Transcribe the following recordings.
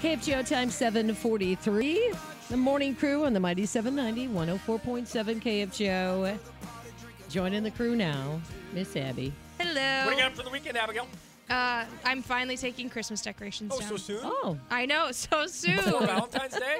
KFGO time 743. The morning crew on the Mighty 790, 104.7 KFGO. Joining the crew now, Miss Abby. Hello. What do you got for the weekend, Abigail? Uh, I'm finally taking Christmas decorations Oh, down. so soon? Oh, I know, so Before soon. Valentine's Day?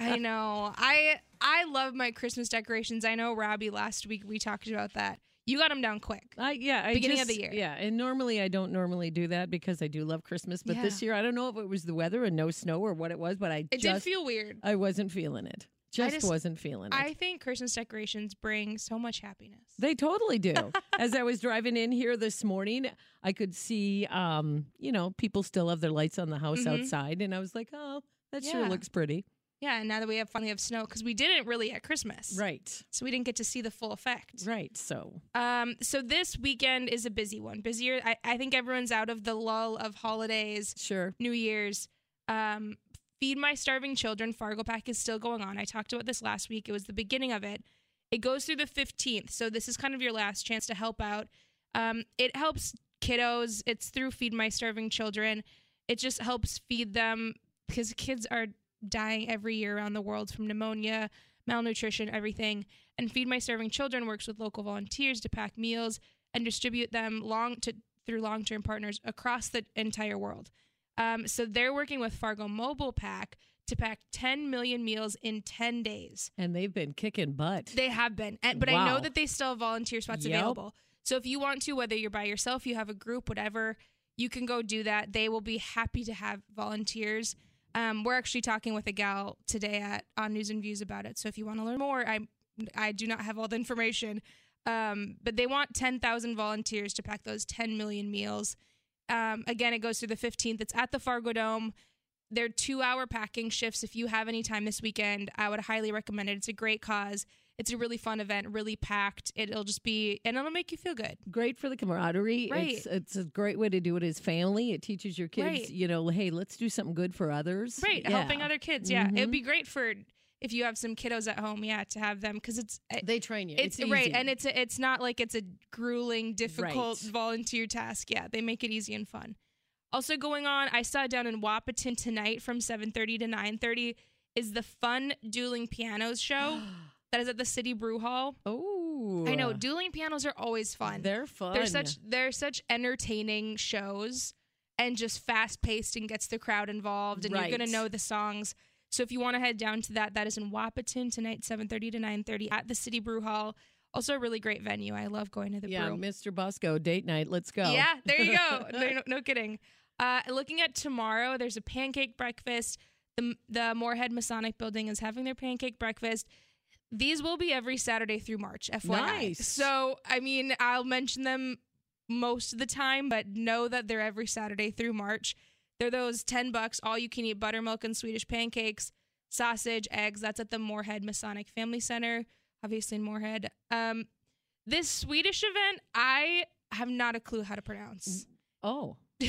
I know. I I love my Christmas decorations. I know, Robbie. Last week we talked about that. You got them down quick. I, yeah. I Beginning just- of the year. Yeah, and normally I don't normally do that because I do love Christmas, but Yeah. this year I don't know if it was the weather and no snow or what it was, but I It did just feel weird. I wasn't feeling it. Just, just- wasn't feeling it. I think Christmas decorations bring so much happiness. They totally do. As I was driving in here this morning, I could see, um, you know, people still have their lights on the house Mhm. outside, and I was like, oh, that sure Yeah. looks pretty. Yeah, and now that we have finally have snow, because we didn't really at Christmas, Right, so we didn't get to see the full effect. right. So Um, so this weekend is a busy one. Busier. I, I think everyone's out of the lull of holidays. sure, New Year's. Um, Feed My Starving Children, Fargo Pack is still going on. I talked about this last week. It was the beginning of it. It goes through the 15th. So this is kind of your last chance to help out. Um, it helps kiddos. It's through Feed My Starving Children. It just helps feed them because kids are dying every year around the world from pneumonia, malnutrition, everything. And Feed My Starving Children works with local volunteers to pack meals and distribute them long to through long-term partners across the entire world. Um, so they're working with Fargo Mobile Pack to pack 10 million meals in 10 days. and they've been kicking butt. They have been, and, but I Wow. know that they still have volunteer spots Yep. available. So if you want to, whether you're by yourself, you have a group, whatever, you can go do that. They will be happy to have volunteers. Um, we're actually talking with a gal today at on News and Views about it. So if you want to learn more, I I do not have all the information, um, but they want 10,000 volunteers to pack those 10 million meals. Um, again, it goes through the 15th. It's at the Fargo Dome. They're two hour packing shifts. If you have any time this weekend, I would highly recommend it. It's a great cause. It's a really fun event, really packed. It'll just be, and it'll make you feel good. great for the camaraderie. Right. It's, it's a great way to do it as family. It teaches your kids, Right. you know, hey, let's do something good for others. Right. Yeah. Helping other kids. Yeah. It'd Mhm. be great for if you have some kiddos at home, yeah, to have them because it's, eh, They train you. it's, It's, right. easy. And it's, it's not like it's a grueling, difficult Right. volunteer task. Yeah. They make it easy and fun. Also going on, I saw down in Wapaton tonight from 7.30 to 9.30 is the Fun Dueling Pianos show that is at the City Brew Hall. oh, I know dueling pianos are always fun. They're fun. They're such they're such entertaining shows and just fast paced and gets the crowd involved and you're Right. gonna know the songs. So if you want to head down to that, that is in Wapaton tonight, seven thirty to nine thirty at the City Brew Hall. Also a really great venue. I love going to the yeah, brew. Mr. Bosco, date night. Let's go. Yeah, there you go. no, no, no kidding. Uh, looking at tomorrow, there's a pancake breakfast. The, the Moorhead Masonic Building is having their pancake breakfast. These will be every Saturday through March, FYI. Nice. So, I mean, I'll mention them most of the time, but know that they're every Saturday through March. They're those 10 bucks, all you can eat buttermilk and Swedish pancakes, sausage, eggs. That's at the Moorhead Masonic Family Center, obviously in Moorhead. Um, this Swedish event, I have not a clue how to pronounce. Oh.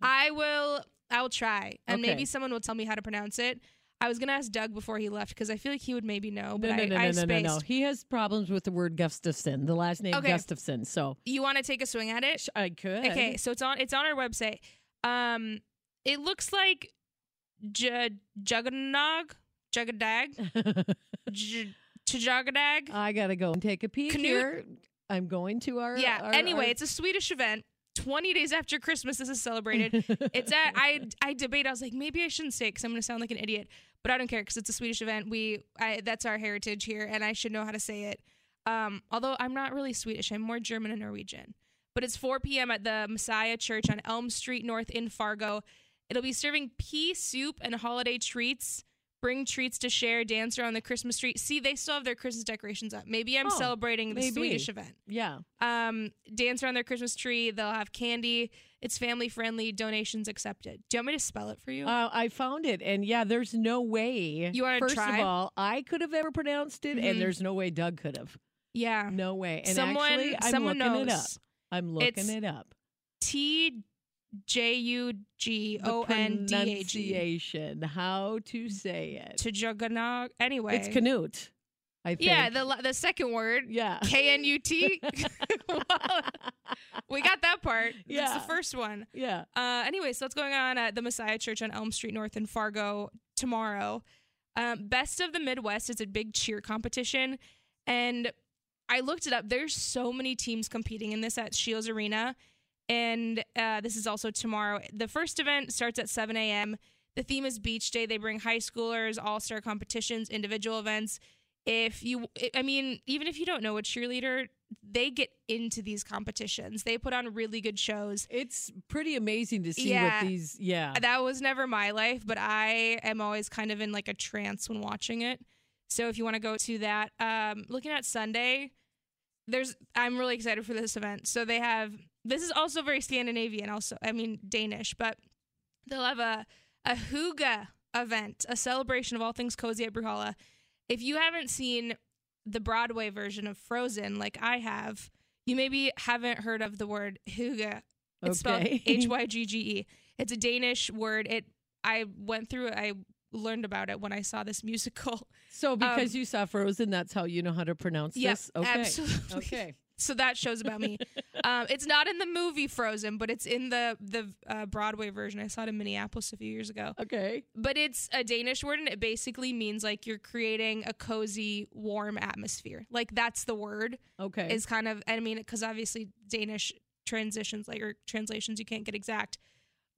I will. I'll try, and Okay. maybe someone will tell me how to pronounce it. I was gonna ask Doug before he left because I feel like he would maybe know, Oh, but No, no, I, no, I no, no, spaced. no, no. He has problems with the word Gustafson, the last name Okay. Gustafson. So You want to take a swing at it? sh- I could. Okay, so it's on. It's on our website. Um, it looks like j- Juggernog, Juggadag, J- Tjuggadag. I gotta go and take a peek Knut- here. I'm going to our yeah. our- anyway, our- it's a Swedish event. Twenty days after Christmas, this is celebrated. it's at I I debate. I was like, maybe I shouldn't say because I'm going to sound like an idiot, but I don't care because it's a Swedish event. We I, that's our heritage here, and I should know how to say it. Um, although I'm not really Swedish, I'm more German and Norwegian. But it's 4 p.m. at the Messiah Church on Elm Street North in Fargo. It'll be serving pea soup and holiday treats. Bring treats to share. Dance around the Christmas tree. See, they still have their Christmas decorations up. Maybe I'm Oh, celebrating the maybe. Swedish event yeah. um, dance around their Christmas tree. They'll have candy. It's family friendly. Donations accepted. Do you want me to spell it for you? Uh, I found it, and yeah, there's no way. You wanna First try? of all, I could have ever pronounced it, Mhm. and there's no way Doug could have. yeah. No way. And someone actually, I'm someone looking knows. it up. I'm looking It's it up. T J U G The O N D E. A G. pronunciation, how to say it. To Juggernaut. Anyway, It's Canute. I think. Yeah, the la- the second word, yeah. K N U T. We got that part. That's Yeah. the first one. yeah. Uh, anyway, so what's going on at the Messiah Church on Elm Street North in Fargo tomorrow? Um, Best of the Midwest is a big cheer competition, and I looked it up. There's so many teams competing in this at Shields Arena, and uh, this is also tomorrow. The first event starts at 7 a.m. The theme is beach day. They bring high schoolers, all star competitions, individual events. If you, I mean, even if you don't know a cheerleader, they get into these competitions. They put on really good shows. It's pretty amazing to see Yeah. what these. Yeah. That was never my life, but I am always kind of in like a trance when watching it. So if you want to go to that, um, looking at Sunday, there's I'm really excited for this event. So they have this is also very Scandinavian, also I mean Danish, but they'll have a a hygge event, a celebration of all things cozy at Bruhalla. If you haven't seen the Broadway version of Frozen, like I have, you maybe haven't heard of the word hygge it's Okay. spelled H Y G G E. It's a Danish word. It I went through it. I learned about it when I saw this musical. So because you saw Frozen, that's how you know how to pronounce Um, Yep, this. Okay. absolutely. Okay. So that shows about me. um, it's not in the movie Frozen, but it's in the the uh, Broadway version. I saw it in Minneapolis a few years ago. Okay. But it's a Danish word, and it basically means like you're creating a cozy, warm atmosphere. Like that's the word. Okay. is kind of I mean because obviously Danish transitions like or translations you can't get exact,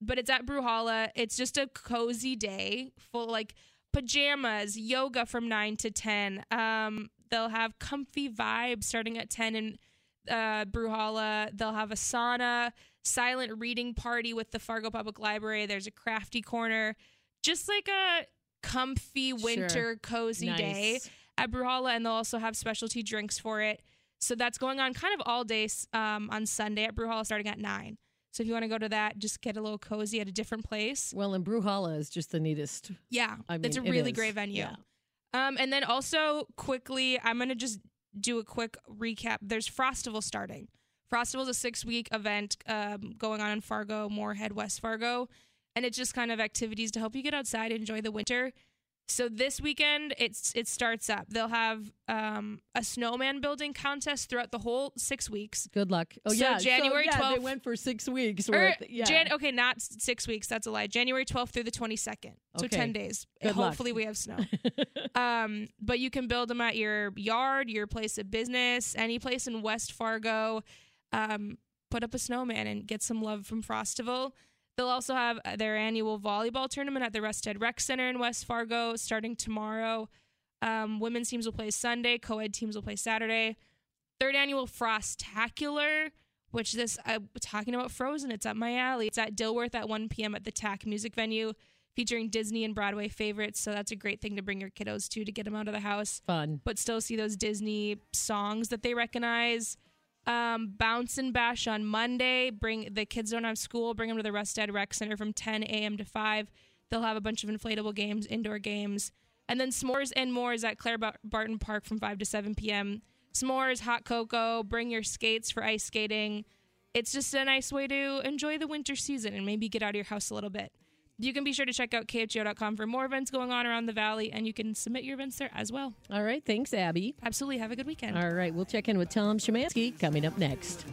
but it's at Bruhalla. It's just a cozy day full like pajamas, yoga from nine to ten. Um, they'll have comfy vibes starting at ten in uh, Bruhalla. They'll have a sauna, silent reading party with the Fargo Public Library. There's a crafty corner, just like a comfy winter cozy nice. day at Bruhalla, and they'll also have specialty drinks for it. So that's going on kind of all day s- um, on Sunday at Bruhalla, starting at nine. So if you want to go to that, just get a little cozy at a different place. Well, and Bruhalla is just the neatest. Yeah, I mean, it's a it really is. great venue. Yeah. Um, and then also quickly, I'm gonna just do a quick recap. There's Frostival starting. Frostival is a six week event um, going on in Fargo, Moorhead, West Fargo, and it's just kind of activities to help you get outside, enjoy the winter. So this weekend, it's it starts up. They'll have um, a snowman building contest throughout the whole six weeks. Good luck. Oh So yeah. January yeah, They 12th went for six weeks. Or worth- yeah. Jan- okay, not s- six weeks. That's a lie. January 12th through the 22nd. So Okay. 10 days. Good luck. Hopefully, we have snow. Um, but you can build them at your yard, your place of business, any place in West Fargo. Um, put up a snowman and get some love from Frostival. They'll also have uh, their annual volleyball tournament at the Rusted Rec Center in West Fargo starting tomorrow. Um, women's teams will play Sunday. Co-ed teams will play Saturday. Third annual Frostacular, which this I'm talking about Frozen. It's up my alley. It's at Dilworth at 1 p.m. at the Tack Music Venue, featuring Disney and Broadway favorites. So that's a great thing to bring your kiddos to to get them out of the house Fun. but still see those Disney songs that they recognize. Um, bounce and bash on Monday. Bring the kids don't have school. Bring them to the Rustad Rec Center from 10 a.m. to 5. They'll have a bunch of inflatable games, indoor games, and then s'mores and more is at Claire Bar- Barton Park from 5 to 7 p.m. S'mores, hot cocoa. Bring your skates for ice skating. It's just a nice way to enjoy the winter season and maybe get out of your house a little bit. You can be sure to check out E khgo.com for more events going on around the valley, and you can submit your events there as well. All right. Thanks, Abby. Absolutely. Have a good weekend. All right. We'll check in with Tom Shemansky coming up next.